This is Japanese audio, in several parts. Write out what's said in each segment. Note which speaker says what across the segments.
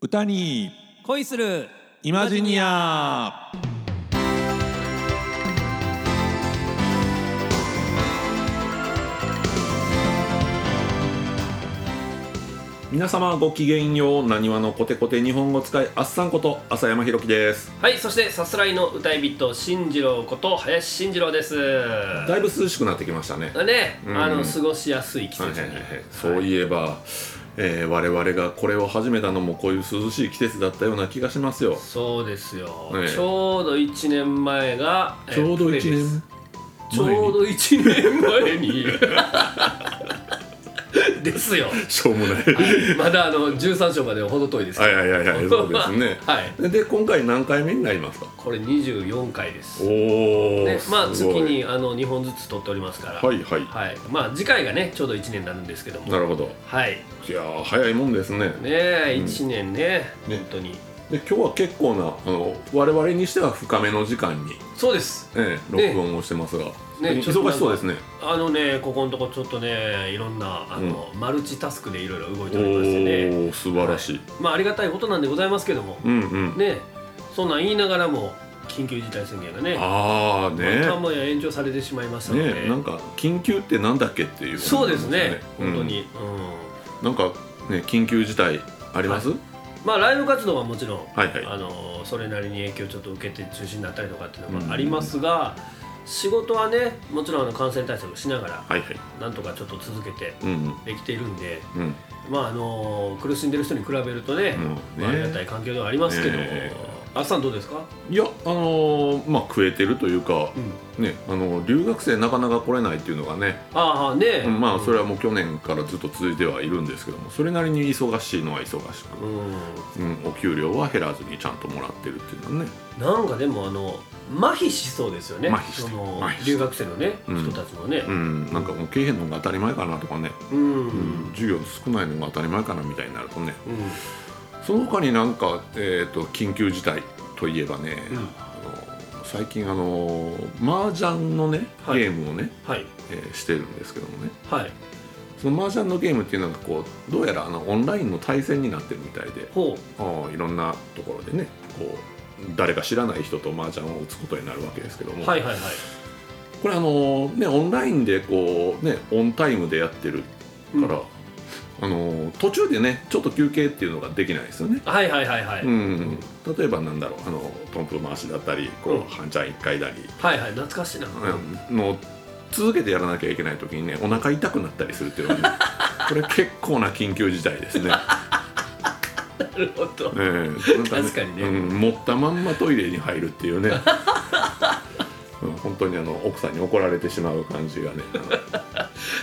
Speaker 1: 歌に
Speaker 2: 恋する
Speaker 1: イマジニア
Speaker 3: 皆様ごきげんようなにわのコテコテ日本語使いあっさんこと浅山ひろきです
Speaker 4: はい、そしてさすらいの歌い人進次郎こと林進次郎です。
Speaker 3: だいぶ涼しくなってきましたねはい
Speaker 4: ね、
Speaker 3: うん
Speaker 4: あの過ごしやすい季
Speaker 3: はい
Speaker 4: 節
Speaker 3: はいはい
Speaker 4: に。
Speaker 3: そういえば、えー我々がこれを始めたのもこういう涼しい季節だったような気がしますよ
Speaker 4: そうですよ、
Speaker 3: ね
Speaker 4: ちょうど1年前がえー
Speaker 3: ちょうど1
Speaker 4: プレ
Speaker 3: 年
Speaker 4: イですちょうど1年前に ですよ、
Speaker 3: しょうもない
Speaker 4: まだあの13章までは程遠いですけ
Speaker 3: は
Speaker 4: ど
Speaker 3: いはいはいはいそうですね
Speaker 4: はい
Speaker 3: で今回何回目になりますか
Speaker 4: これ24回です
Speaker 3: おお、
Speaker 4: ねまあ
Speaker 3: す
Speaker 4: 月
Speaker 3: ごい
Speaker 4: にあの2本ずつ撮っておりますから
Speaker 3: はいはい
Speaker 4: はい、まあ次回がねちょうど1年になるんですけども
Speaker 3: なるほど
Speaker 4: はいね
Speaker 3: いやー早いもんですね
Speaker 4: え1年ね、
Speaker 3: ね
Speaker 4: 本当に
Speaker 3: で今日は結構なあの我々にしては深めの時間に、
Speaker 4: そうです
Speaker 3: ええ
Speaker 4: ね
Speaker 3: 録音をしてますが、
Speaker 4: ねちょっと
Speaker 3: 忙しそうですね
Speaker 4: あのねここのとこちょっとねいろんなあの、マルチタスクでいろいろ動いておりましてね
Speaker 3: おお素晴らしい、
Speaker 4: まあありがたいことなんでございますけども、
Speaker 3: うんうん、
Speaker 4: ねそんなん言いながらも緊急事態宣言がね
Speaker 3: ああね
Speaker 4: またもや延長されてしまいましたので、
Speaker 3: ねなんか緊急ってなんだっけっていう
Speaker 4: そうですね
Speaker 3: うん
Speaker 4: 本当に、うん
Speaker 3: なんかね緊急事態あります、
Speaker 4: まあライブ活動はもちろん、
Speaker 3: はい、はい
Speaker 4: あのそれなりに影響をちょっと受けて中止になったりとかっていうのがありますが、仕事はねもちろんあの感染対策しながら
Speaker 3: はいはい
Speaker 4: なんとかちょっと続けて
Speaker 3: うんうん
Speaker 4: できているんで、
Speaker 3: うん
Speaker 4: まああの苦しんでる人に比べるとね,、
Speaker 3: うん
Speaker 4: まあ、ありがたい環境ではありますけど、
Speaker 3: ね
Speaker 4: あっさんどうですか、
Speaker 3: いやあのーまあ食えてるというか
Speaker 4: う、ん、
Speaker 3: ねあの留学生なかなか来れないっていうのがね、
Speaker 4: ああね、
Speaker 3: うんまあそれ
Speaker 4: は、
Speaker 3: はもう去年からずっと続いてはいるんですけどもそれなりに忙しいのは忙しく、
Speaker 4: うん、
Speaker 3: うん、お給料は減らずにちゃんともらってるっていうのはね
Speaker 4: なんかでもあの麻痺しそうですよね
Speaker 3: 麻痺して
Speaker 4: そ
Speaker 3: る
Speaker 4: の
Speaker 3: 麻痺してる
Speaker 4: 留学生のね、
Speaker 3: うん
Speaker 4: 人たちもね
Speaker 3: うんなんかもう経営の方が当たり前かなとかね、
Speaker 4: うん、うん
Speaker 3: うん、授業少ないのが当たり前かなみたいになるとね
Speaker 4: うん
Speaker 3: その他になんか、えー、と緊急事態といえばね、
Speaker 4: うん
Speaker 3: あの最近あの麻雀のね
Speaker 4: はい
Speaker 3: ゲームをね、
Speaker 4: はい
Speaker 3: えーしてるんですけどもね
Speaker 4: はい
Speaker 3: その麻雀のゲームっていうのがこうどうやらあのオンラインの対戦になってるみたいで
Speaker 4: ほう
Speaker 3: あーいろんなところでねこう誰か知らない人と麻雀を打つことになるわけですけども、
Speaker 4: はいはいはい、
Speaker 3: これあの、ね、オンラインでこう、ね、オンタイムでやってる
Speaker 4: うん
Speaker 3: から、あの途中でねちょっと休憩っていうのができないですよね。
Speaker 4: はいはいはいはい、
Speaker 3: うん、例えばなんだろうあのトンプ回しだったりこう、
Speaker 4: うん
Speaker 3: 半ちゃん1回だり、
Speaker 4: はいはい懐かしいな、
Speaker 3: うんの続けてやらなきゃいけない時にねお腹痛くなったりするっていうの はねこれ結構な緊急事態ですね。
Speaker 4: なるほど
Speaker 3: ええ
Speaker 4: 確かにね
Speaker 3: うん、持ったまんまトイレに入るっていうね、 うん、本当にあの奥さんに怒られてしまう感じが ね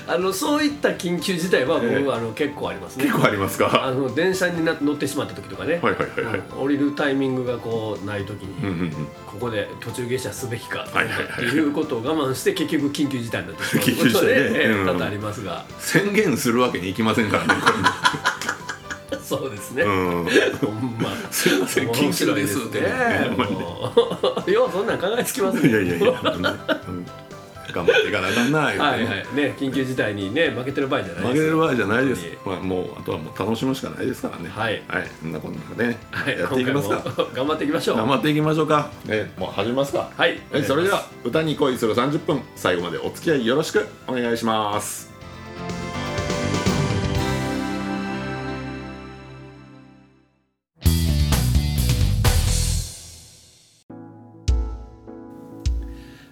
Speaker 4: あのそういった緊急事態は僕、
Speaker 3: ええ
Speaker 4: あの結構ありますね
Speaker 3: 結構ありますか
Speaker 4: あ
Speaker 3: は
Speaker 4: の電車にな乗ってしまった時とかね、
Speaker 3: いはいはいはい、
Speaker 4: うん降りるタイミングがこうない時
Speaker 3: うんう
Speaker 4: に、
Speaker 3: んうん、
Speaker 4: ここで途中下車すべきかと
Speaker 3: はいはいはい
Speaker 4: いうことを我慢して結局緊急事態になってしまう
Speaker 3: 緊急
Speaker 4: こ
Speaker 3: 事
Speaker 4: と
Speaker 3: 態
Speaker 4: で、
Speaker 3: ね
Speaker 4: ええ
Speaker 3: うん
Speaker 4: 多々ありますが
Speaker 3: 宣言するわけにいきませんからね、
Speaker 4: そうですね、
Speaker 3: うん、
Speaker 4: ほんま
Speaker 3: すいません緊急ですってね
Speaker 4: 面白いですねもうようそんなん考えつきますね
Speaker 3: いやいやいや、本当にうん頑張っていかなあかんな言うてね
Speaker 4: はいはいね緊急事態にね負けてる場合じゃない
Speaker 3: 負け
Speaker 4: です
Speaker 3: る
Speaker 4: よ
Speaker 3: 場合じゃないです
Speaker 4: 本、
Speaker 3: まあ、もうあとはもう楽しむしかないですからね
Speaker 4: はい
Speaker 3: はい、そんなこんなでね、
Speaker 4: はい
Speaker 3: や
Speaker 4: 今
Speaker 3: っていき
Speaker 4: 回
Speaker 3: ま
Speaker 4: も
Speaker 3: すか
Speaker 4: 頑張っていきましょう
Speaker 3: 頑張っていきましょうか、ね、もう始めますか
Speaker 4: はい
Speaker 3: はい、それでは歌に恋する30分最後までお付き合いよろしくお願いします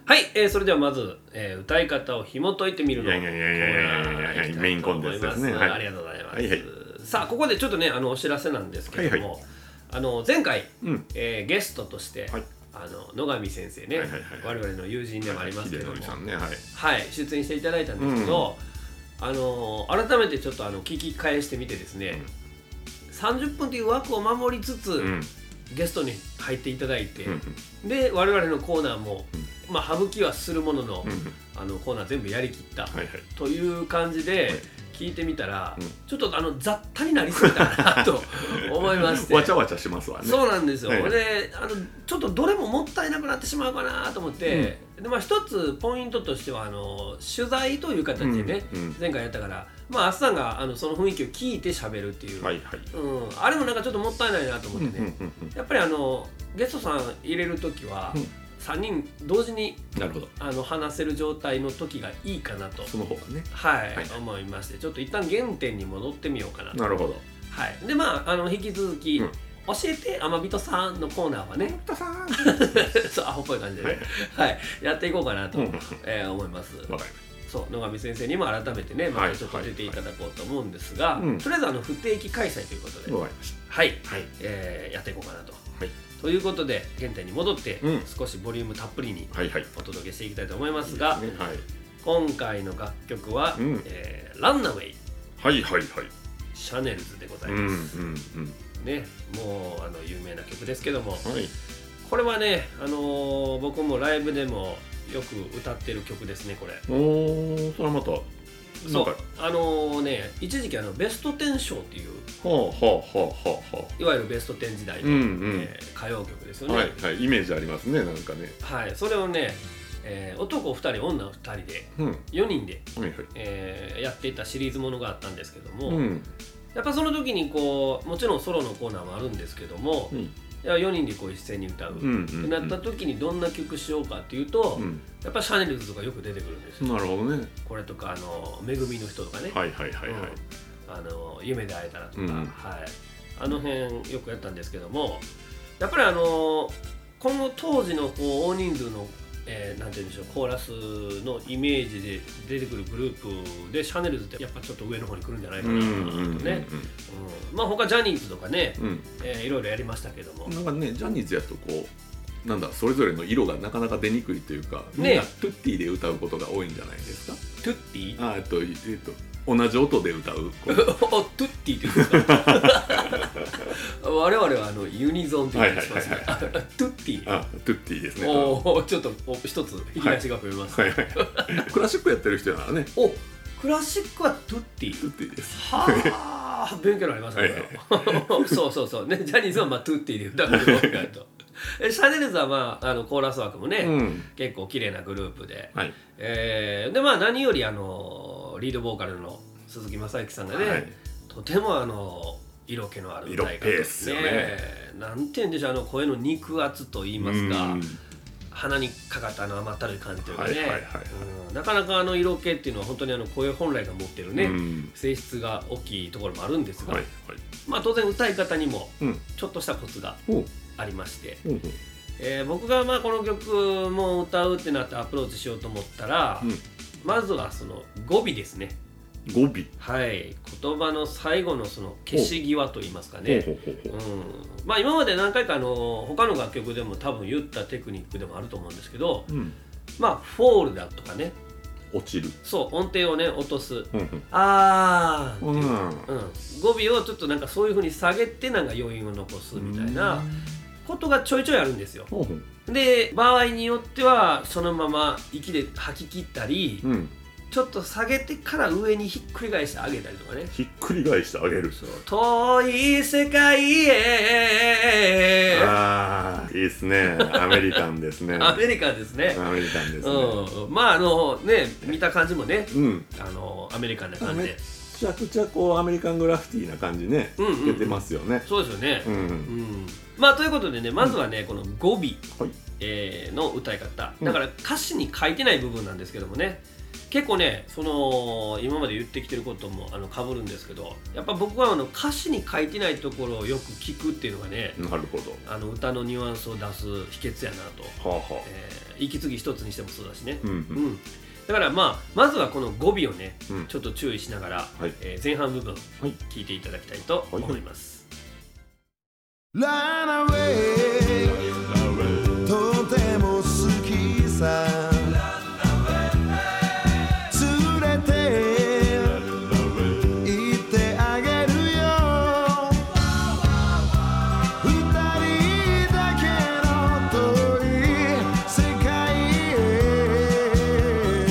Speaker 4: はい、えー、それではまず、えー、歌い方を紐解いてみるの
Speaker 3: いやいやいやいやいやいやいやいやメインコンテンツですね
Speaker 4: はい、
Speaker 3: はい
Speaker 4: ありがとうございます、
Speaker 3: はいはい
Speaker 4: さあここでちょっとねあのお知らせなんですけども、
Speaker 3: は
Speaker 4: あの前回、
Speaker 3: うん
Speaker 4: えー、ゲストとして、
Speaker 3: はい
Speaker 4: あの野上先生ね、
Speaker 3: はいはいはい
Speaker 4: 我々の友人でもありますけ
Speaker 3: 秀
Speaker 4: ども、
Speaker 3: 則さ
Speaker 4: はい
Speaker 3: んねはい
Speaker 4: 出演していただいたんですけど、あの改めてちょっとあの聞き返してみてですね、30分という枠を守りつつ、
Speaker 3: うん
Speaker 4: ゲストに入っていただいて、
Speaker 3: うん
Speaker 4: で我々のコーナーも、まあ、省きはするものの、
Speaker 3: うんうん
Speaker 4: あのコーナー全部やりきった、
Speaker 3: はいはい
Speaker 4: という感じで聞いてみたら、
Speaker 3: うん
Speaker 4: ちょっとあの雑多になりすぎたな と思いまして
Speaker 3: わちゃわちゃしますわね
Speaker 4: そうなんですよ、
Speaker 3: はいはい
Speaker 4: であのちょっとどれももったいなくなってしまうかなと思って、でまあ、一つポイントとしてはあの取材という形でね、
Speaker 3: うんうん
Speaker 4: 前回やったから、まあ、あっさんがあのその雰囲気を聞いて喋るっていう、
Speaker 3: はいはい
Speaker 4: うん、あれもなんかちょっともったいないなと思ってね、
Speaker 3: うんうん
Speaker 4: やっぱりあのゲストさん入れる時は、
Speaker 3: うん
Speaker 4: 3人同時に
Speaker 3: うんなるほど
Speaker 4: あの話せる状態の時がいいかなと、
Speaker 3: その方がね
Speaker 4: はい
Speaker 3: はい
Speaker 4: 思いましてちょっと一旦原点に戻ってみようかなと、
Speaker 3: なるほど
Speaker 4: はい、でまああの引き続き、
Speaker 3: うん
Speaker 4: 教えて天人さん」のコーナーはね
Speaker 3: さん
Speaker 4: そうアホっぽい感じで、
Speaker 3: はい
Speaker 4: ねはい、やっていこうかなと、
Speaker 3: うんうんうん
Speaker 4: えー思います。
Speaker 3: わかりまし
Speaker 4: そう野上先生にも改めてねまたちょっと
Speaker 3: はい
Speaker 4: 出ていただこうと思うんですが、
Speaker 3: うん
Speaker 4: とりあえずあの不定期開催ということで、
Speaker 3: たわかりまし
Speaker 4: はい、
Speaker 3: たはい
Speaker 4: えーやっていこうかなと。
Speaker 3: はい
Speaker 4: ということで原点に戻って、
Speaker 3: うん
Speaker 4: 少しボリュームたっぷりに
Speaker 3: はいはい
Speaker 4: お届けしていきたいと思いますが、
Speaker 3: ねはい
Speaker 4: 今回の楽曲は、
Speaker 3: うん
Speaker 4: えーランナウェイ
Speaker 3: はいはいはい
Speaker 4: シャネルズでござい
Speaker 3: うんうん
Speaker 4: ま
Speaker 3: う
Speaker 4: す、
Speaker 3: ん
Speaker 4: ねもうあの有名な曲ですけども
Speaker 3: はい
Speaker 4: これはね、あのー僕もライブでもよく歌ってる曲ですねこれ
Speaker 3: おーそれはまたな
Speaker 4: そ
Speaker 3: んか
Speaker 4: うあのーね一時期あのベストテン賞っていう
Speaker 3: はあはあはあはあはい
Speaker 4: わゆるベストテン時代
Speaker 3: あう
Speaker 4: の、
Speaker 3: ん
Speaker 4: えー歌謡曲です
Speaker 3: う
Speaker 4: よ
Speaker 3: ん
Speaker 4: ね
Speaker 3: はいはいイメージありますねなんかね
Speaker 4: はい、それをね、えー男2人女2人で
Speaker 3: うんは
Speaker 4: 4人で、
Speaker 3: いはい
Speaker 4: えーやっていたシリーズものがあったんですけども、
Speaker 3: うん
Speaker 4: やっぱその時にこうもちろんソロのコーナーもあるんですけども、
Speaker 3: う
Speaker 4: い
Speaker 3: ん
Speaker 4: や4人でこう一斉に歌う、
Speaker 3: うんうん
Speaker 4: ってなった時にどんな曲しようかっていうと、
Speaker 3: うん
Speaker 4: やっぱシャネルズとかよく出てくるんですよ、
Speaker 3: なるほどね
Speaker 4: これとかあの「めぐみの人」とかね、
Speaker 3: はいはいはいはい
Speaker 4: うんあの「夢で会えたら」とか、
Speaker 3: うん
Speaker 4: はい、あの辺よくやったんですけどもやっぱりあのこの当時のこう大人数の、えーなんて言うんでしょうコーラスのイメージで出てくるグループでシャネルズってやっぱちょっと上の方に来るんじゃないかなと思ってね、うんまあ他ジャニーズとかね、
Speaker 3: うん
Speaker 4: えーいろいろやりましたけども、
Speaker 3: なんかねジャニーズやとこうなんだそれぞれの色がなかなか出にくいというか、
Speaker 4: ね
Speaker 3: みんなトゥッティで歌うことが多いんじゃないですか
Speaker 4: トゥッティ
Speaker 3: あえっと、えっと、同じ音で歌うこう
Speaker 4: おトゥッティって言うんです か我々はあのユニゾンって言うんですね、
Speaker 3: はい
Speaker 4: トゥッティ
Speaker 3: あトゥッティですねは
Speaker 4: おおちょっとお一つ引き出しが増えます、
Speaker 3: いはいクラシックやってる人ならね
Speaker 4: おクラシックはトゥッティ
Speaker 3: トゥッティです
Speaker 4: はあ勉強になりますねこれ そうそうそうねジャニーズはまあトゥッティで歌うことが多いなとえシャネルズはまああのコーラス枠もね、
Speaker 3: うん
Speaker 4: 結構綺麗なグループで、
Speaker 3: はい
Speaker 4: えーでまあ何よりあのリードボーカルの鈴木雅之さんがね、
Speaker 3: はい
Speaker 4: とてもあの色気のある歌い
Speaker 3: 色っ
Speaker 4: 方
Speaker 3: ぺいっすよね
Speaker 4: なんて言うんでしょうあの声の肉厚と言いますか、
Speaker 3: うん
Speaker 4: 鼻にかかったあの甘ったるい感じというかね、
Speaker 3: はいはいはいはい
Speaker 4: うんなかなかあの色気っていうのは本当にあの声本来が持ってるね、
Speaker 3: うん
Speaker 4: 性質が大きいところもあるんですが、
Speaker 3: はいはい
Speaker 4: まあ、当然歌い方にも
Speaker 3: うん
Speaker 4: ちょっとしたコツが
Speaker 3: おう
Speaker 4: ありまして、
Speaker 3: おう
Speaker 4: えー僕がまあこの曲も歌うってなってアプローチしようと思ったら、
Speaker 3: うん
Speaker 4: まずはその語尾ですね
Speaker 3: おう語尾
Speaker 4: はい言葉の最後のその消し際と言いますかね、
Speaker 3: ほうほうほう
Speaker 4: う、
Speaker 3: ほうん
Speaker 4: まあ今まで何回かあの他の楽曲でも多分言ったテクニックでもあると思うんですけど、
Speaker 3: うん
Speaker 4: まあフォールだとかね
Speaker 3: 落ちる
Speaker 4: そう音程をね落とす
Speaker 3: うん
Speaker 4: あー
Speaker 3: う
Speaker 4: っていう、
Speaker 3: ん
Speaker 4: うん語尾をちょっとなんかそういう風に下げてなんか余韻を残すみたいなことがちょいちょいあるんですよ
Speaker 3: ほうほう
Speaker 4: で場合によってはそのまま息で吐き切ったり、
Speaker 3: うん
Speaker 4: ちょっと下げてから上にひっくり返して上げたりとかね
Speaker 3: ひっくり返してあげる
Speaker 4: 遠い世界へ
Speaker 3: ああいいですねアメリカンですね
Speaker 4: アメリカですね
Speaker 3: アメリカンですね
Speaker 4: うん、まああのね見た感じもね
Speaker 3: うん
Speaker 4: あのアメリカンな感じ
Speaker 3: アメ
Speaker 4: で
Speaker 3: めちゃくちゃこうアメリカングラフィティな感じね
Speaker 4: うんうん
Speaker 3: 出てますよね
Speaker 4: そうですよね、
Speaker 3: うん
Speaker 4: うんまあということでねまずはね、この語尾、
Speaker 3: はい
Speaker 4: えーの歌い方
Speaker 3: うん
Speaker 4: だから歌詞に書いてない部分なんですけどもね結構ねその今まで言ってきてることもあの被るんですけどやっぱ僕はあの歌詞に書いてないところをよく聞くっていうのがね
Speaker 3: なるほど
Speaker 4: あの歌のニュアンスを出す秘訣やなと、
Speaker 3: はあはあ
Speaker 4: えー息継ぎ一つにしてもそうだしね、
Speaker 3: うんう
Speaker 4: うん
Speaker 3: ん
Speaker 4: だからまあまずはこの語尾をね
Speaker 3: うん
Speaker 4: ちょっと注意しながら、
Speaker 3: はい
Speaker 4: えー前半部分
Speaker 3: はい
Speaker 4: 聞いていただきたいと思います。
Speaker 2: Run away とても好きさ連れて行ってあげるよ二人だけの遠い世界へ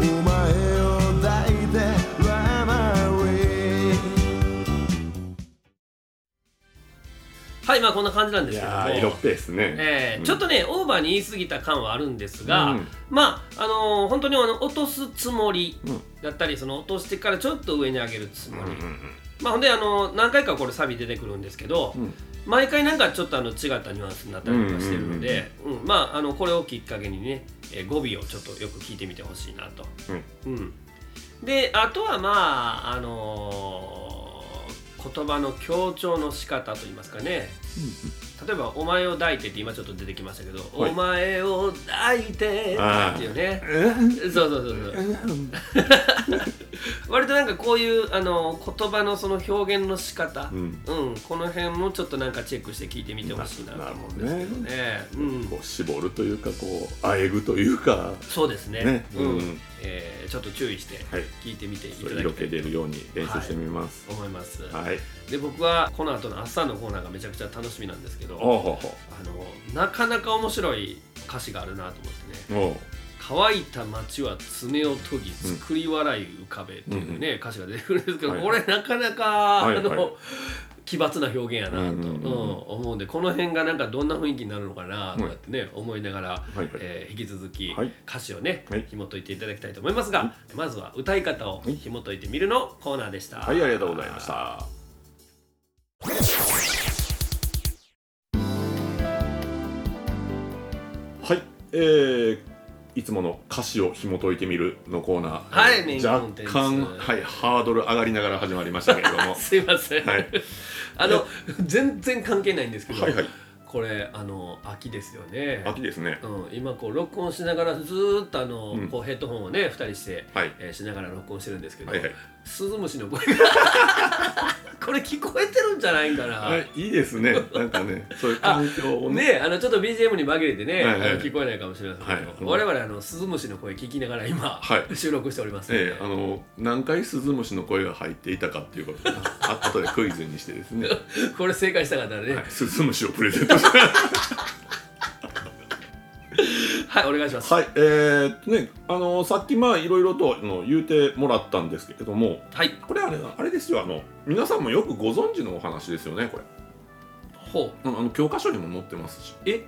Speaker 2: お前を抱いて Run away
Speaker 4: はいまあこんな感じなんですけども
Speaker 3: やー色っぺいですね、
Speaker 4: えー
Speaker 3: うん
Speaker 4: ちょっとねオーバーに言い過ぎた感はあるんですが、
Speaker 3: うん
Speaker 4: まああのー本当にあの落とすつもり
Speaker 3: うん
Speaker 4: だったりその落としてからちょっと上に上げるつもり、
Speaker 3: うんうん
Speaker 4: まあほんであのー何回かこれサビ出てくるんですけど、
Speaker 3: うん
Speaker 4: 毎回なんかちょっとあの違ったニュアンスになったりとかしてるので、うんまああのこれをきっかけにね、えー語尾をちょっとよく聞いてみてほしいなと。うんであとはまああのー言葉の強調の仕方といいますかね、例えば「お前を抱いて」って今ちょっと出てきましたけど「
Speaker 3: はい
Speaker 4: お前を抱いて」
Speaker 3: あー
Speaker 4: っていうね
Speaker 3: うん
Speaker 4: そうそうそうそう割となんかこういうあのー言葉のその表現の仕方、
Speaker 3: う
Speaker 4: うん
Speaker 3: ん
Speaker 4: この辺もちょっとなんかチェックして聞いてみてほしいなと思うんですけどねうん
Speaker 3: こう絞るというかこうあえぐというか
Speaker 4: そうですね
Speaker 3: ね
Speaker 4: うん
Speaker 3: うん
Speaker 4: えーちょっと注意して
Speaker 3: はい
Speaker 4: 聞いてみていた
Speaker 3: それ
Speaker 4: だ
Speaker 3: 色
Speaker 4: きた
Speaker 3: 気
Speaker 4: いと
Speaker 3: 出るように練習してみます
Speaker 4: 思います、
Speaker 3: はい、
Speaker 4: で僕はこの後の朝のコーナーがめちゃくちゃ楽しみなんですけど
Speaker 3: おうほうほ
Speaker 4: あのなかなか面白い歌詞があるなと思ってね
Speaker 3: うおう
Speaker 4: 「乾いた街は爪を研ぎ作り笑い浮かべ」っていうね、歌詞が出てくるんですけど、
Speaker 3: はい
Speaker 4: これなかなか、
Speaker 3: い
Speaker 4: あの、
Speaker 3: はい
Speaker 4: 奇抜な表現やな
Speaker 3: う
Speaker 4: と、う
Speaker 3: ん
Speaker 4: ん
Speaker 3: うんうん
Speaker 4: 思うんでこの辺がなんかどんな雰囲気になるのかなとかってね、思いながら、
Speaker 3: はいはい
Speaker 4: えー引き続き
Speaker 3: はい
Speaker 4: 歌詞をね、
Speaker 3: はい
Speaker 4: 紐解いていただきたいと思いますが、まずは歌い方を紐解いてみるのコーナーでした。
Speaker 3: はいありがとうございましたはいえーいつもの歌詞を紐解いてみるのコーナー、
Speaker 4: はい
Speaker 3: えー
Speaker 4: メインコンテンツ
Speaker 3: 若干、はい、ハードル上がりながら始まりましたけれども、はい、
Speaker 4: すいません、
Speaker 3: はい
Speaker 4: あの全然関係ないんですけど、
Speaker 3: はい
Speaker 4: これあの秋ですよね、
Speaker 3: 秋ですね
Speaker 4: うん、今こう録音しながらずーっとあの、
Speaker 3: うん
Speaker 4: こうヘッドホンをね2人して、
Speaker 3: はい
Speaker 4: えーしながら録音してるんですけど、
Speaker 3: はいはい
Speaker 4: スズムシの声が これ聞こえてるんじゃないかな、
Speaker 3: はい、いいですね。なんかね、そういう環境をね。
Speaker 4: ねあのちょっと BGM に紛れてね、
Speaker 3: はいはい
Speaker 4: あの聞こえないかもしれませんけど、
Speaker 3: はいうん
Speaker 4: 我々あのスズムシの声聞きなが ら今、
Speaker 3: はい
Speaker 4: 収録しておりますので、
Speaker 3: ええあの何回スズムシの声が入っていたかっていうことをあ後でクイズにして ですね、は
Speaker 4: これ正解したかったらねはい
Speaker 3: い、、スズムシをプレゼントして
Speaker 4: お願いします
Speaker 3: はいえー、ねあのさっきまあいろいろとあの言うてもらったんですけれども
Speaker 4: はい
Speaker 3: これあれあれですよあの皆さんもよくご存知のお話ですよねこれ
Speaker 4: ほう
Speaker 3: うんあの教科書にも載ってますし
Speaker 4: え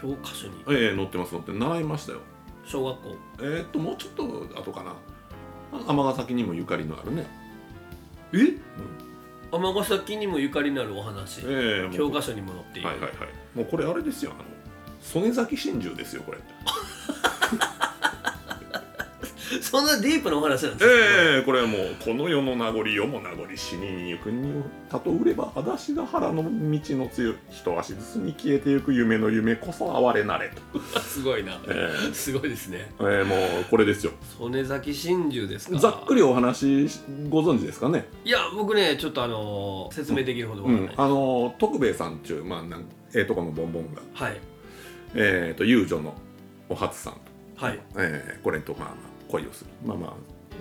Speaker 4: 教科書に
Speaker 3: ええ載ってます載ってます習いましたよ
Speaker 4: 小学校
Speaker 3: えー、っともうちょっと後かな尼崎にもゆかりのあるね
Speaker 4: え尼崎にもゆかりのあるお話
Speaker 3: ええもう
Speaker 4: 教科書にも載っている、
Speaker 3: はいはいはいもうこれあれですよあの曽根崎真珠ですよこれ
Speaker 4: そんなディープなお話なんですか、
Speaker 3: ええこれはもうこの世の名残世も名残死にに行くにたとうれば裸足が原の道の強い一足ずつに消えてゆく夢の夢こそ哀れなれと、
Speaker 4: すごいな、
Speaker 3: え
Speaker 4: すごいですね
Speaker 3: えええもうこれですよ
Speaker 4: 曽根崎真珠ですか
Speaker 3: ざっく
Speaker 4: り
Speaker 3: りお話しご存知ですかね、
Speaker 4: いや僕ねちょっとあのー説明できるほどわ
Speaker 3: う
Speaker 4: からない
Speaker 3: ん、あの徳兵衛さんっちゅう、まあ、なんええとこのボンボンが、
Speaker 4: はい
Speaker 3: ええと遊女のお初さんと
Speaker 4: はい
Speaker 3: えーこれとまあまあ恋をするまあまあ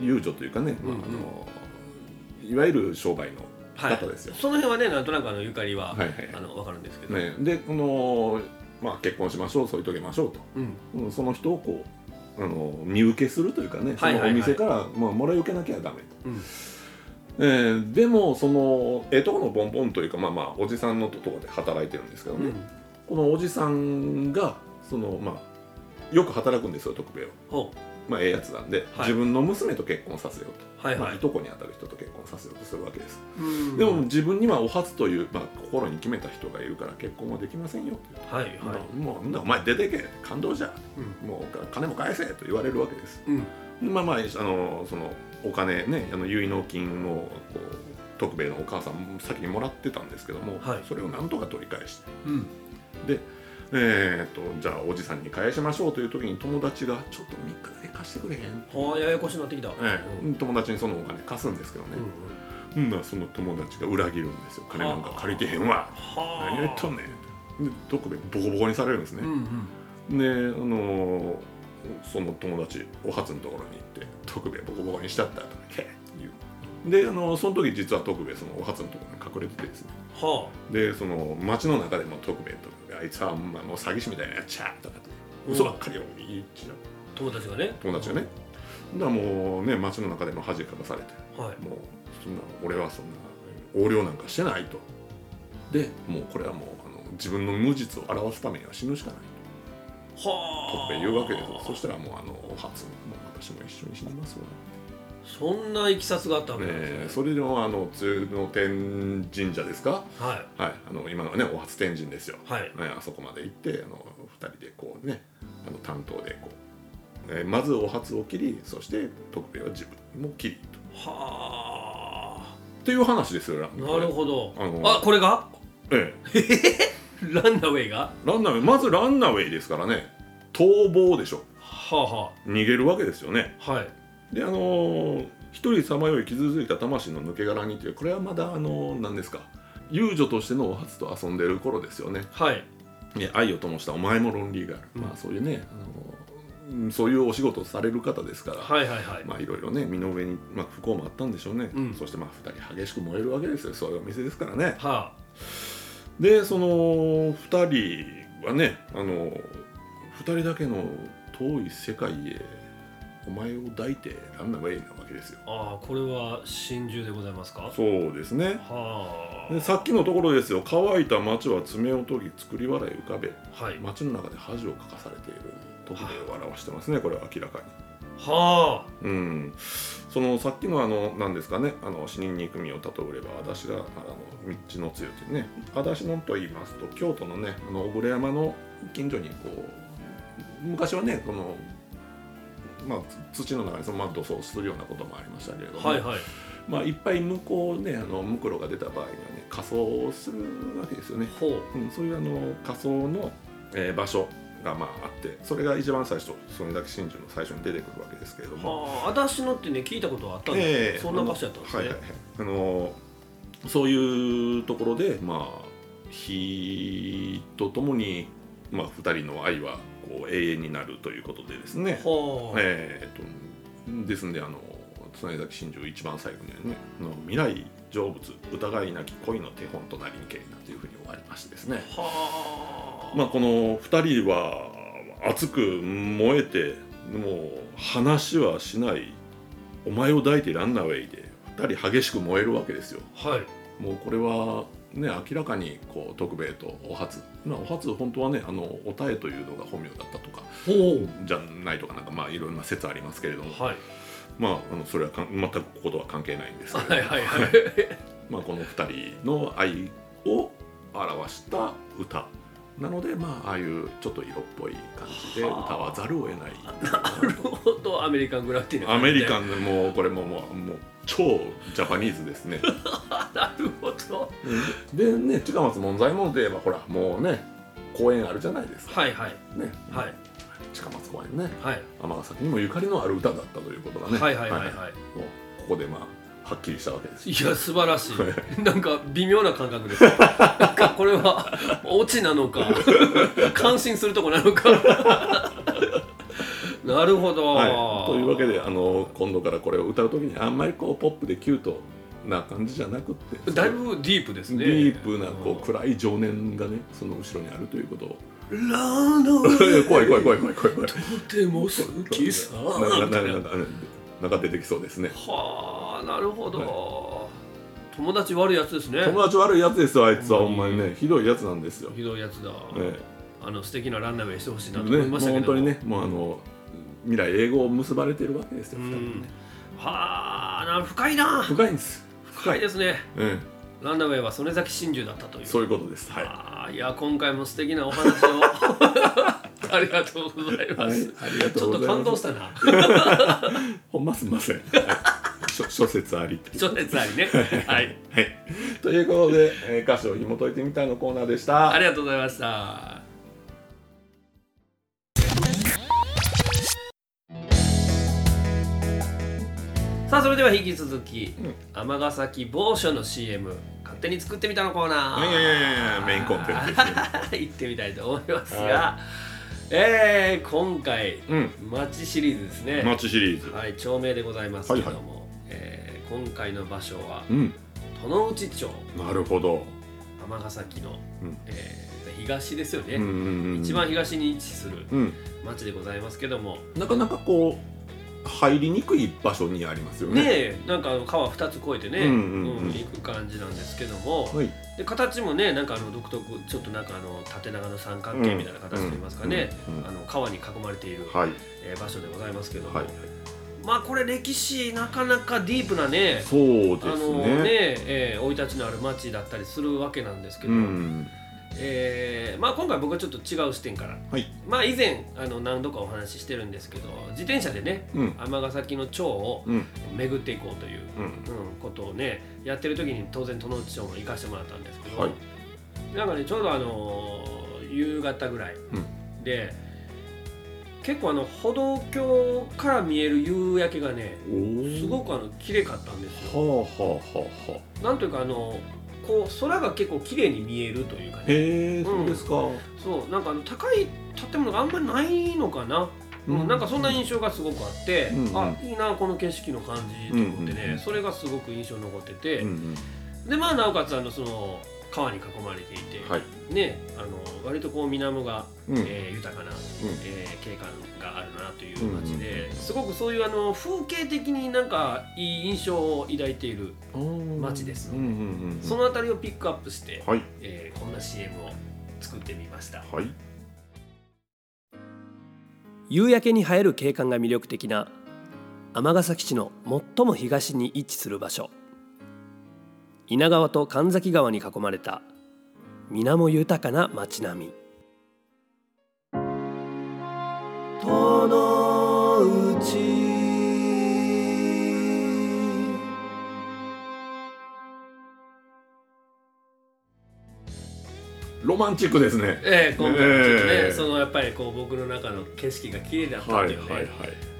Speaker 3: 遊女というかね、まあ
Speaker 4: うんうん
Speaker 3: あのいわゆる商売の
Speaker 4: はい
Speaker 3: 方ですよ。
Speaker 4: その辺はねなんとなくあのゆかりは、
Speaker 3: はいはいはい
Speaker 4: あのわかるんですけど、
Speaker 3: ね、でこの、まあ、結婚しましょう添い遂げましょうと、
Speaker 4: うん
Speaker 3: うんその人をこうあの身請けするというかねそ
Speaker 4: は
Speaker 3: の
Speaker 4: いはいはい
Speaker 3: お店から、まあ、もらい受けなきゃダメと。
Speaker 4: うん
Speaker 3: えーでもそのええとこのボンボンというかまあまあおじさんのとこで働いてるんですけど
Speaker 4: う
Speaker 3: ね、
Speaker 4: ん
Speaker 3: このおじさんがそのまあよく働くんですよ徳兵衛は、
Speaker 4: ほ
Speaker 3: まあ、ええやつなんで、
Speaker 4: はい
Speaker 3: 自分の娘と結婚させようと。
Speaker 4: うはい
Speaker 3: ま
Speaker 4: は
Speaker 3: あ、
Speaker 4: い
Speaker 3: い、とこに当たる人と結婚させようとするわけです、
Speaker 4: うん
Speaker 3: でも自分にはお初という、まあ、心に決めた人がいるから結婚はできませんよって言って
Speaker 4: はいはい
Speaker 3: もうもうお前出てけ感動じゃ
Speaker 4: うん
Speaker 3: もうお金も返せと言われるわけです
Speaker 4: うん
Speaker 3: まあまああのそのお金ねあの結納金をこう徳兵衛のお母さんも先にもらってたんですけども、
Speaker 4: はい
Speaker 3: それをなんとか取り返して
Speaker 4: うん
Speaker 3: でえー、とじゃあおじさんに返しましょうという時に友達が「ちょっと3日だけ貸してくれへん」
Speaker 4: ほうややこしになってきた、
Speaker 3: ええ
Speaker 4: うん
Speaker 3: 友達にそのお金貸すんですけどね、
Speaker 4: うん
Speaker 3: うんなその友達が裏切るんですよ金なんか借りてへんわ
Speaker 4: はあ
Speaker 3: 何を言っとんねんで特にボコボコにされるんですね
Speaker 4: うん、うん
Speaker 3: であのーその友達お初のところに行って「徳兵衛ボコボコにしたった」とかへっ言うであのーその時実は徳兵衛そのお初のところに隠れててですね
Speaker 4: は
Speaker 3: でその街の中でも徳兵衛とかが「あいつはほんまもう詐欺師みたいなやっちゃ」とかって
Speaker 4: うん
Speaker 3: 嘘ばっかりを言っちゃう
Speaker 4: あ友達がね
Speaker 3: 友達がねだからもうね街の中でも恥かかされて
Speaker 4: はい
Speaker 3: もうそんな俺はそんな横領なんかしてないとでもうこれはもうあの自分の無実を表すためには死ぬしかない
Speaker 4: は
Speaker 3: と言うわけですよそしたらもうあのお初もう私も一緒に死にますわ
Speaker 4: そんないきさつがあったわけなんですね
Speaker 3: えーそれでもあの通の天神社ですか
Speaker 4: は
Speaker 3: はいあの今のはねお初天神ですよ
Speaker 4: いはい
Speaker 3: ね、あそこまで行ってあの2人でこうねあの担当でこう、えーまずお初を切りそして徳兵衛は自分も切りと
Speaker 4: はあ
Speaker 3: っていう話ですよランナー
Speaker 4: なるほど
Speaker 3: あの
Speaker 4: あこれが
Speaker 3: ええ
Speaker 4: ランナウェイが
Speaker 3: ランナーウェイまずランナーウェイですからね逃亡でしょ
Speaker 4: はあは
Speaker 3: 逃げるわけですよね
Speaker 4: あはい
Speaker 3: であのー一人さまよい傷ついた魂の抜け殻に」っていうこれはまだあのー何ですか遊女としてのお初と遊んでる頃ですよね
Speaker 4: はい
Speaker 3: ね、愛を灯したお前も論理がある、
Speaker 4: うん
Speaker 3: まあそういうねあのうんそういうお仕事をされる方ですから、
Speaker 4: はいはいはい
Speaker 3: まあいろいろね身の上に、まあ、不幸もあったんでしょうね、
Speaker 4: うん
Speaker 3: そしてまあ2人激しく燃えるわけですよそういうお店ですからね
Speaker 4: は
Speaker 3: でその2人はねあの2人だけの遠い世界へお前を抱いてランナーウェイなわけですよ
Speaker 4: あああこれは真珠でございますか
Speaker 3: そうですね
Speaker 4: は
Speaker 3: でさっきのところですよ乾いた町は爪を研ぎ作り笑い浮かべ
Speaker 4: あはい
Speaker 3: 街の中で恥をかかされている特例を表してますねこれは明らか
Speaker 4: は
Speaker 3: に、うん、そのさっきのあの何ですかねあの死人に組を例えれば私があの道のつゆというね私のと言いますと京都のねあの小倉山の近所にこう昔はねこのまあ、つ土の中にそのまま土葬するようなこともありましたけれど
Speaker 4: あ
Speaker 3: も、
Speaker 4: はいはい
Speaker 3: まあ、いっぱい向こうねあのムクロが出た場合にはね仮装をするわけですよね
Speaker 4: ほう
Speaker 3: うん、そういうあの仮想の、えー場所がまああってそれが一番最初それだけ真珠の最初に出てくるわけですけれども、
Speaker 4: はあ私のってね聞いたことはあったんです
Speaker 3: ええ
Speaker 4: そんな場所やったんですね
Speaker 3: はいはいはいあのそういうところでまあ火とともに、まあ、2人の愛はこう永遠になるということでですね、
Speaker 4: はあ、
Speaker 3: えーとですんであの常崎真珠一番最後にはねあの「未来成仏疑いなき恋の手本となりにけりな」というふうに終わりましてですね
Speaker 4: はあ、
Speaker 3: まあ、この2人は熱く燃えてもう話はしないお前を抱いてランナーウェイで2人激しく燃えるわけですよ
Speaker 4: はい
Speaker 3: もうこれはね明らかにこう徳兵衛とお初まあお初本当はねあのおたえというのが本名だったとか
Speaker 4: ほ
Speaker 3: じゃないとかなんかまあいろんな説ありますけれども、
Speaker 4: うはい
Speaker 3: まああのそれはかん全くこことは関係ないんですけれども
Speaker 4: はいはいはい
Speaker 3: まあ、この2人の愛を表した歌なのでまあああいうちょっと色っぽい感じで歌
Speaker 4: はあ
Speaker 3: わざるを得 ない
Speaker 4: ほんとアメリカングラティーナ
Speaker 3: アメリカ
Speaker 4: ン
Speaker 3: ンでもうこれもうもうもう超ジャパニーズですね
Speaker 4: なるほど
Speaker 3: でね近松門左衛門といえばほらもうね公園あるじゃないですか、
Speaker 4: はいはい
Speaker 3: ね
Speaker 4: はい
Speaker 3: 近松公園ね
Speaker 4: はい
Speaker 3: 尼崎にもゆかりのある歌だったということがね
Speaker 4: はいはいはい
Speaker 3: も
Speaker 4: は
Speaker 3: うここでまあはっきりしたわけです
Speaker 4: いいや素晴らしいなんか微妙な感覚ですなんかこれはオチなのか感心するとこな のかなるほど、
Speaker 3: はい、というわけであの今度からこれを歌う時にあんまりこうポップでキュートな感じじゃなくって
Speaker 4: だいぶディープです
Speaker 3: デ
Speaker 4: ね
Speaker 3: ィープなこう
Speaker 4: うん
Speaker 3: 暗い情念がねその後ろにあるということ を
Speaker 4: ラーの
Speaker 3: いや怖い怖い怖い怖い怖い怖い
Speaker 4: とても好きさ
Speaker 3: ななななななんか出てきそうですね
Speaker 4: はあなるほど、友達悪いやつですね
Speaker 3: 友達悪いやつですよあいつは
Speaker 4: ほ
Speaker 3: ほ
Speaker 4: ん
Speaker 3: ん
Speaker 4: ま
Speaker 3: ま
Speaker 4: に
Speaker 3: にねひどいやつなんですよ、
Speaker 4: ひどいやつだ、
Speaker 3: え
Speaker 4: あの素敵なランナーウェイしてほしい
Speaker 3: え
Speaker 4: なと
Speaker 3: ね
Speaker 4: 思い
Speaker 3: も
Speaker 4: ま
Speaker 3: う
Speaker 4: したけ
Speaker 3: 本
Speaker 4: ど、
Speaker 3: 当にねもうあの未来英語を結ばれてるわけですよ、
Speaker 4: う
Speaker 3: 二人
Speaker 4: ん
Speaker 3: ね
Speaker 4: はあなる深いな
Speaker 3: 深いんです
Speaker 4: 深いですね
Speaker 3: え
Speaker 4: ランナーウェイは曽根崎真珠だったとい
Speaker 3: え
Speaker 4: う
Speaker 3: そういうことですはい、は
Speaker 4: ああいや今回も素敵なお話 をありがとうござい
Speaker 3: い、あ
Speaker 4: ます、
Speaker 3: りが
Speaker 4: ち
Speaker 3: と
Speaker 4: ょ
Speaker 3: う
Speaker 4: っ
Speaker 3: ご
Speaker 4: と
Speaker 3: ざいます
Speaker 4: 感動した な
Speaker 3: ほんますんま せん。諸諸説ありって。
Speaker 4: 諸説ありねはい
Speaker 3: はい。ということで、えー、歌詞を紐解いてみたのコーナーでした。
Speaker 4: ありがとうございましたさあそれでは引き続き尼、崎某所の CM 勝手に作ってみたのコーナー
Speaker 3: いやいやいやいやメインコンテンツですね
Speaker 4: 行ってみたいと思いますが、
Speaker 3: は
Speaker 4: えー今回
Speaker 3: うん。
Speaker 4: 街シリーズですね、
Speaker 3: マッチシリーズ。
Speaker 4: はい町名でございますけども、えー今回の場所は
Speaker 3: うん。
Speaker 4: 殿内町
Speaker 3: なるほど。
Speaker 4: 尼崎の、
Speaker 3: うん
Speaker 4: えー東ですよね、
Speaker 3: うんうんうん。
Speaker 4: 一番。東に位置する
Speaker 3: うん。
Speaker 4: 町でございますけども
Speaker 3: なかなかこう入りにくい場所にありますよ
Speaker 4: ね
Speaker 3: ね。
Speaker 4: えなんかあの川2つ越えて
Speaker 3: うんう
Speaker 4: ね、
Speaker 3: んうん
Speaker 4: うん行く感じなんですけども、
Speaker 3: はい。
Speaker 4: で形もねなんかあの独特ちょっとなんかあの縦長の三角形みたいな形といいますかね、
Speaker 3: うんうんうん
Speaker 4: あの川に囲まれている、
Speaker 3: はい
Speaker 4: えー場所でございますけども、
Speaker 3: はい
Speaker 4: まあこれ歴史なかなかディープなね
Speaker 3: そうで
Speaker 4: あ
Speaker 3: す
Speaker 4: の
Speaker 3: ね
Speaker 4: ねえー生い立ちのある町だったりするわけなんですけ
Speaker 3: う
Speaker 4: ど、
Speaker 3: ん
Speaker 4: えーまあ、今回僕はちょっと違う視点から、
Speaker 1: はい
Speaker 4: まあ、以前あの何度かお話ししてるんですけど自転車でね
Speaker 3: うん
Speaker 4: 尼崎の町を
Speaker 3: うん
Speaker 4: 巡っていこうという、
Speaker 3: うん
Speaker 4: うん、ことをねやってる時に当然殿内町も行かせてもらったんですけど、
Speaker 3: はい
Speaker 4: なんかねちょうどあのー夕方ぐらいで、結構あの歩道橋から見える夕焼けがね
Speaker 3: おお
Speaker 4: すごくあの綺麗かったんですよ。
Speaker 3: はあはあはあは
Speaker 4: なんというかあのこう空が結構綺麗に見えるというか
Speaker 3: あ
Speaker 4: ね
Speaker 3: へえそうですか、
Speaker 4: そうなんかあの高い建物があんまりないのかな、うんなんかそんな印象がすごくあって、
Speaker 3: うんうん
Speaker 4: あいいなこの景色の感じと思ってね、
Speaker 3: うんうん
Speaker 4: それがすごく印象に残ってて、
Speaker 3: うんうん
Speaker 4: でまあなおかつあのその川に囲まれていて、
Speaker 3: はい
Speaker 4: ねあの割とこう水面が、
Speaker 3: うん
Speaker 4: えー豊かな、えー景観があるなという街で、
Speaker 3: うんうん
Speaker 4: すごくそういうあの風景的になんかいい印象を抱いている、
Speaker 3: うん
Speaker 4: 街です
Speaker 3: うんうんうんうん
Speaker 4: その辺りをピックアップして、
Speaker 3: はい
Speaker 4: えーこんな CM を作ってみました。
Speaker 3: はい
Speaker 5: 夕焼けに映える景観が魅力的な尼崎市の最も東に位置する場所稲川と神崎川に囲まれた水面豊かな町並み
Speaker 3: ロマンチックですね
Speaker 4: ええ今回はちょっとね、
Speaker 3: ええ
Speaker 4: そのやっぱりこう僕の中の景色が綺麗だったっ
Speaker 3: は
Speaker 4: て
Speaker 3: い
Speaker 4: いうね、
Speaker 3: はいはい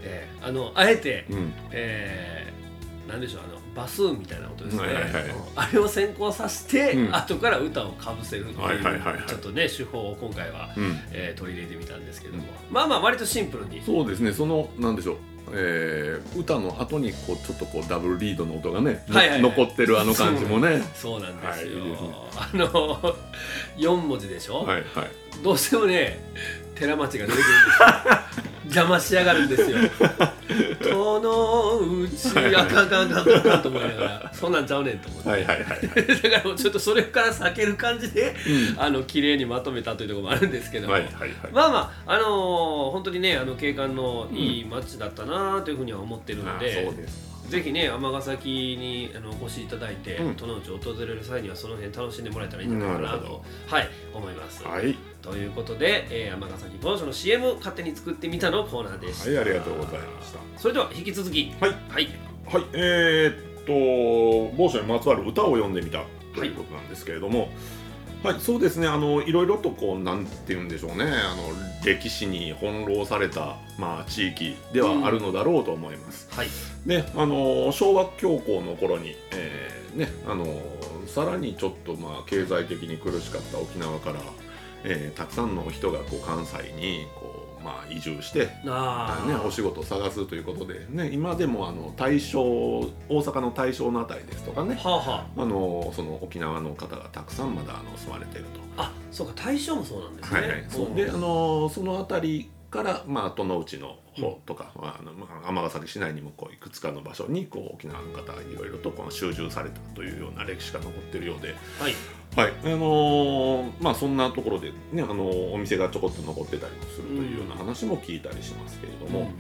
Speaker 4: ええあのあえて、
Speaker 3: うん
Speaker 4: ええなんでしょうあのバスーンみたいな音ですね、
Speaker 3: はいはいはい
Speaker 4: うんあれを先行させて、
Speaker 3: うん
Speaker 4: 後から歌をかぶせるっていう、
Speaker 3: はいはいはいはい
Speaker 4: ちょっとね手法を今回は、
Speaker 3: うん
Speaker 4: ええ取り入れてみたんですけども、まあまあ割とシンプルに
Speaker 3: そうですね、その、なんでしょう、えー歌の後にこうちょっとこうダブルリードの音がね、
Speaker 4: はいはいはい
Speaker 3: 残ってるあの感じもね、
Speaker 4: そうなんですよ、
Speaker 3: はいいいですね
Speaker 4: あの4文字でしょ、
Speaker 3: はいはい、
Speaker 4: どうしてもね寺町が出てくるんです よ邪魔しやがるんですよ「とのうちあかんあかんあかんあかん」と思いながらそんなんちゃうねんと思って、
Speaker 3: はいはいはい、
Speaker 4: だからもうちょっとそれから避ける感じで、あの綺麗にまとめたというところもあるんですけども、
Speaker 3: はいはいはい、
Speaker 4: まあまああのー本当にねあの景観のいい街だったなというふうには思ってるので、
Speaker 3: あそうです、
Speaker 4: ぜひね尼崎にあのお越しいただいて、
Speaker 3: うん
Speaker 4: 都の内を訪れる際にはその辺楽しんでもらえたらいいんじゃないか
Speaker 3: な
Speaker 4: な
Speaker 3: るほ
Speaker 4: とはい思います。
Speaker 3: はい、
Speaker 4: ということで、えー、尼崎某所の CM を勝手に作ってみたのコーナーでした、
Speaker 3: はい、ありがとうございました。
Speaker 4: それでは引き続き
Speaker 3: はい
Speaker 4: はい
Speaker 3: はい、えーっと某所にまつわる歌を読んでみたということなんですけれども、はい、そうですね。あのいろいろとこうなんて言うんでしょうね。あの歴史に翻弄されたまあ地域ではあるのだろうと思います。
Speaker 4: はい
Speaker 3: ね、あの昭和恐慌の頃に、えーね、あのさらにちょっとまあ経済的に苦しかった沖縄から、えーたくさんの人がこう関西にこう、まあ、移住して、
Speaker 4: あー
Speaker 3: ね、お仕事を探すということで、ね、今でもあの大正大阪の大正のあたりですとかね
Speaker 4: はあは
Speaker 3: あのその沖縄の方がたくさんまだあの住まれていると。
Speaker 4: ああそうか大正もそうなんですね、
Speaker 3: はいはい、そうであのーその辺りから、まあ、都の内の方とか、まああのまあ、尼崎市内にもこういくつかの場所にこう沖縄の方がいろいろとこの集中されたというような歴史が残ってるようで、
Speaker 4: はい
Speaker 3: はいあのーまあ、そんなところで、ねあのーお店がちょこっと残ってたりもするというような話も聞いたりしますけれど
Speaker 4: うんう
Speaker 3: も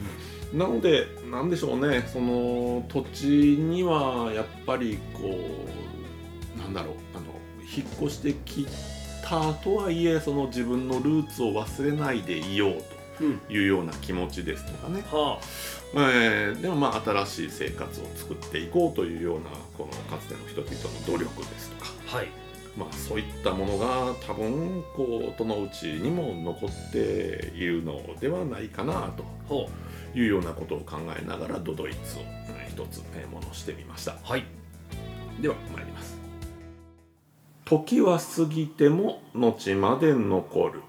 Speaker 4: ん、
Speaker 3: なのでなんでしょうねその土地にはやっぱりこうなんだろうあの引っ越してきたとはいえその自分のルーツを忘れないでいよう
Speaker 4: うん
Speaker 3: というような気持ちですとかね、
Speaker 4: は
Speaker 3: えーでもまあ新しい生活を作っていこうというようなこのかつての人々の努力ですとか、
Speaker 4: あはい
Speaker 3: まあ、そういったものが多分こう都のうちにも残っているのではないかなと
Speaker 4: ほ
Speaker 3: いうようなことを考えながらドドイツをえー一つえーものしてみました
Speaker 4: うはい
Speaker 3: では参ります時は過ぎても後まで残る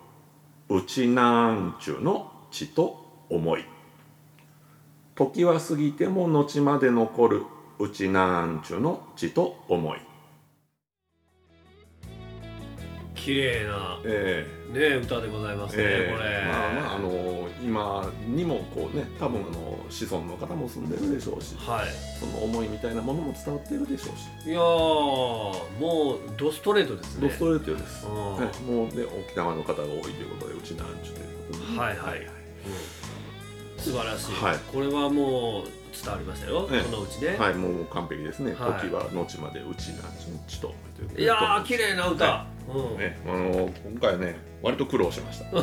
Speaker 3: うちなんちゅの血と思い時は過ぎても後まで残るうちなんちゅの血と思い
Speaker 4: 綺麗な
Speaker 3: え
Speaker 4: ね歌でございますね、
Speaker 3: え
Speaker 4: これ、
Speaker 3: えまあまああの今にもこうね多分あの子孫の方も住んでるでしょうし
Speaker 4: はい
Speaker 3: その思いみたいなものも伝わってるでしょうし
Speaker 4: いやーもうドストレートですね
Speaker 3: ドストレートです、
Speaker 4: うん
Speaker 3: はい、もうね沖縄の方が多いということでうちなんちゅということで、
Speaker 4: はいはい素晴らしい、
Speaker 3: はい
Speaker 4: これはもう伝わりましたよ、
Speaker 3: ええ
Speaker 4: このうちね、
Speaker 3: はい、もう完璧ですね、
Speaker 4: はい
Speaker 3: 時は後までうちなんちゅちとということ
Speaker 4: い、
Speaker 3: で
Speaker 4: やー綺麗な歌、
Speaker 3: は
Speaker 4: うん
Speaker 3: ね、あの今回はね割と苦労しました
Speaker 4: ど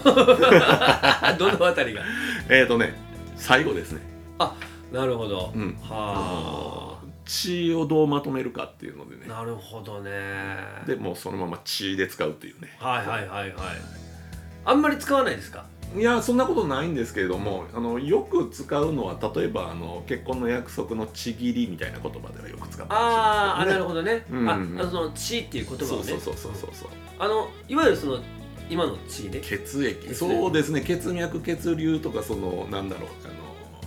Speaker 4: のあたりが
Speaker 3: えーとね最後ですね
Speaker 4: なるほど、
Speaker 3: うん
Speaker 4: は
Speaker 3: 血をどうまとめるかっていうのでね
Speaker 4: あなるほどね
Speaker 3: でもうそのまま血で使うっていうね
Speaker 4: はいはいはいはいあんまり使わないですか
Speaker 3: いやそんなことないんですけれどもあのよく使うのは例えばあの結婚の約束のちぎりみたいな言葉ではよく使って
Speaker 4: あーあなる
Speaker 3: ほ
Speaker 4: ほどね、
Speaker 3: うん
Speaker 4: ああのその血っていう言葉を
Speaker 3: そ
Speaker 4: ね
Speaker 3: うそうそうそうそうそう
Speaker 4: あのいわゆるその今の血ね
Speaker 3: 血液
Speaker 4: 液
Speaker 3: そうですね血脈血流とかそのなんだろうあの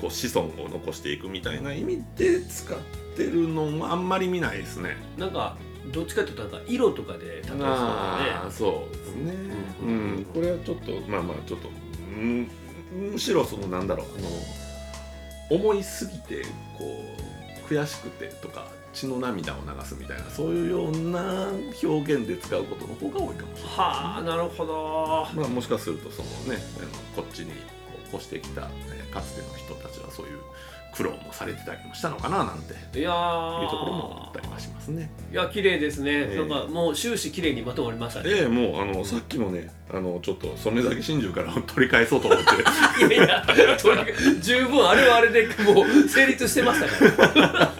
Speaker 3: こう子孫を残していくみたいな意味で使ってるのもあんまり見ないですね
Speaker 4: なんかどっちかというとなんか色とかで例えそう
Speaker 3: あ
Speaker 4: だ
Speaker 3: あ
Speaker 4: ね
Speaker 3: そうですね
Speaker 4: う
Speaker 3: うんん、これはちょっとまあまあちょっとうんむしろそのなんだろうあの思いすぎてこう悔しくてとか血の涙を流すみたいなそういうような表現で使うことの方が多いかもしれない、
Speaker 4: はあなるほど
Speaker 3: まあ、もしかするとそのねあのこっちにこう越してきた、えーかつての人たちはそういう苦労もされてたりもしたのかななんていう
Speaker 4: いや
Speaker 3: と
Speaker 4: ー
Speaker 3: ころも思ったりはしますね。
Speaker 4: いや綺麗ですね、
Speaker 3: ええ
Speaker 4: なんかもう終始綺麗にまとまりましたね、
Speaker 3: ええもうあのさっきのねあのちょっと曽根崎真珠から取り返そうと 思って
Speaker 4: いやいやとにかく十分あれはあれでもう成立してました から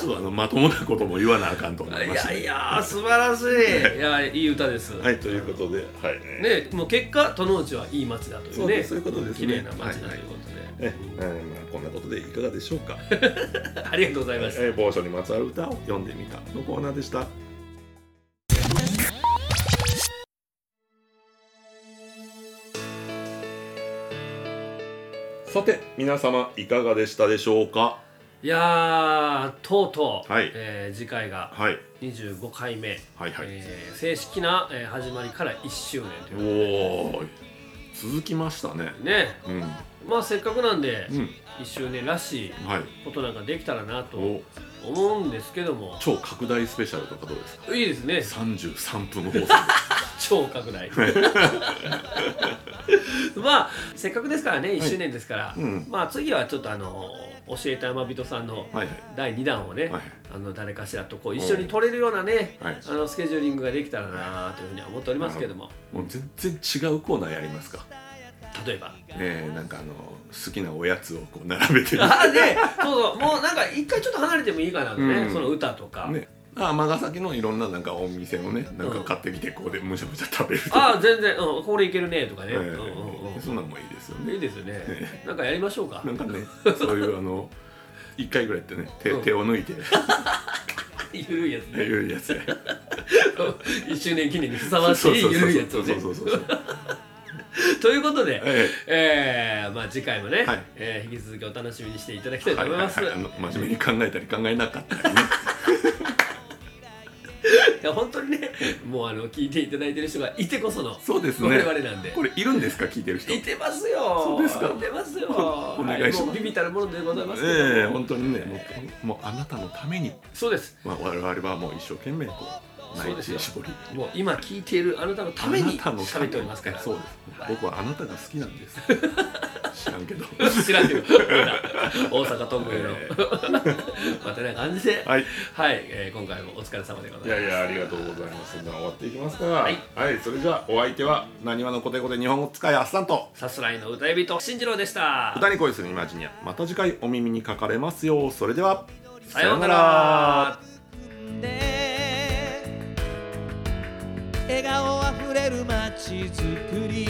Speaker 3: ちょっとあのまともなことも言わなあかんと思い
Speaker 4: い
Speaker 3: ました
Speaker 4: や
Speaker 3: ね
Speaker 4: いや素晴らしいいやいい歌です
Speaker 3: はいということではいね
Speaker 4: ねもう結果都の内はいい街だという
Speaker 3: そう
Speaker 4: ね
Speaker 3: ですそういうことですね
Speaker 4: 綺麗な街だと
Speaker 3: はいいう
Speaker 4: ことで、
Speaker 3: ええまあ、こんなことでいかがでしょうか、
Speaker 4: ありがとうございました、
Speaker 3: ええ、某所にまつわる歌を読んでみたのコーナーでしたさて皆様いかがでしたでしょうか
Speaker 4: いやーとうとう、
Speaker 3: はい
Speaker 4: えー次回が
Speaker 3: はい
Speaker 4: 25回目、
Speaker 3: はいはい、
Speaker 4: えー正式な、えー始まりから1周年という
Speaker 3: おお続きましたね
Speaker 4: ね
Speaker 3: うん
Speaker 4: まあせっかくなんで
Speaker 3: うん
Speaker 4: 1周年らしい
Speaker 3: はい
Speaker 4: ことなんかできたらなと
Speaker 3: お
Speaker 4: 思うんですけども
Speaker 3: 超拡大スペシャルとかどうですか
Speaker 4: いいですね
Speaker 3: 33分放送
Speaker 4: 超拡大 まあせっかくですからね1周年ですから、
Speaker 3: うん
Speaker 4: まあ次はちょっとあの教えた山人さんの
Speaker 3: はいはい
Speaker 4: 第2弾をね、
Speaker 3: はい
Speaker 4: あの誰かしらとこう一緒に取れるようなね、
Speaker 3: はい
Speaker 4: あのスケジューリングができたらなというふうには思っておりますけども
Speaker 3: もう全然違うコーナーやりますか
Speaker 4: 例えば
Speaker 3: えー、なんかあの好きなおやつをこう並べてる
Speaker 4: あでそうそうもうなんか一回ちょっと離れてもいいかなとね、
Speaker 3: うん
Speaker 4: その歌とか、
Speaker 3: ねあ尼崎のいろんななんかお店をねなんか買ってきてこうでむしゃむしゃ食べるとか、
Speaker 4: ああ全然、うん、これいけるねとかね、
Speaker 3: え
Speaker 4: うん
Speaker 3: ー
Speaker 4: うん
Speaker 3: そんなんもいいですよ
Speaker 4: うん、い
Speaker 3: ね
Speaker 4: いですよねなんかやりましょうか
Speaker 3: なんかねそういうあの一回ぐらいやってね手
Speaker 4: うん
Speaker 3: 手を抜いて
Speaker 4: ゆるいやつ
Speaker 3: い
Speaker 4: ね
Speaker 3: うやつで
Speaker 4: 1周年記念にふさわしいゆるいやつをね
Speaker 3: そうそうそうそうそう
Speaker 4: ということで、
Speaker 3: え
Speaker 4: えーまあ、次回もね、
Speaker 3: はい
Speaker 4: えー引き続きお楽しみにしていただきたい
Speaker 3: え
Speaker 4: と
Speaker 3: はい
Speaker 4: 思い
Speaker 3: はい
Speaker 4: ます。
Speaker 3: はいあ
Speaker 4: い
Speaker 3: の真面目に考えたり考えなかったりね
Speaker 4: や本当にねもうあの聞いていただいてる人がいてこ その
Speaker 3: そうですね
Speaker 4: 我々なんで
Speaker 3: こ。れいるんですか聞いてる人
Speaker 4: いてますよ。
Speaker 3: そうですか
Speaker 4: いてますよ。
Speaker 3: お願いします
Speaker 4: はもうビビたるものでございますけども。
Speaker 3: ええ本当にねもうもうあなたのために、
Speaker 4: そうです。
Speaker 3: まあ、我々はもう一生懸命こう
Speaker 4: そう
Speaker 3: 内
Speaker 4: です
Speaker 3: 地
Speaker 4: よ
Speaker 3: 絞り
Speaker 4: もう今聞いているあなたのために喋っておりますから。
Speaker 3: そうです、
Speaker 4: はい
Speaker 3: 僕はあなたが好きなん です知らんけど
Speaker 4: 知らんけど。大阪トンボの、
Speaker 3: え
Speaker 4: またな感じで。
Speaker 3: はい
Speaker 4: はい、えー今回もお疲れ様でございます。
Speaker 3: いやいやありがとうございますそんな終わっていきますか
Speaker 4: は
Speaker 3: はいい、それじゃあお相手はなにわのコテコテ日本語使いあっさんと
Speaker 4: さすらいの歌指と新次郎でした。
Speaker 3: 歌に恋するイマジニアまた次回お耳にかかれますようそれでは
Speaker 4: さようなら。
Speaker 2: で笑顔あふれる街づくり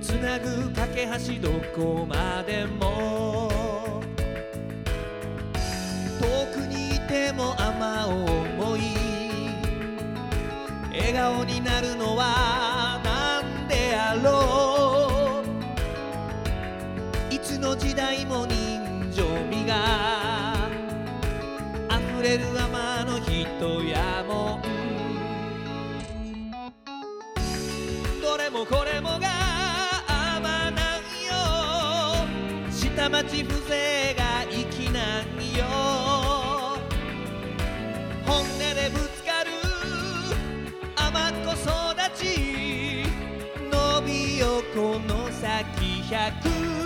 Speaker 2: つなぐ架け橋どこまでも遠くにいても雨を思い笑顔になるのは何であろういつの時代も人情味が溢れる雨の一やもんどれもこれもが合わないよ下町風情が粋なんよ本音でぶつかる甘っこ育ち伸びよこの先100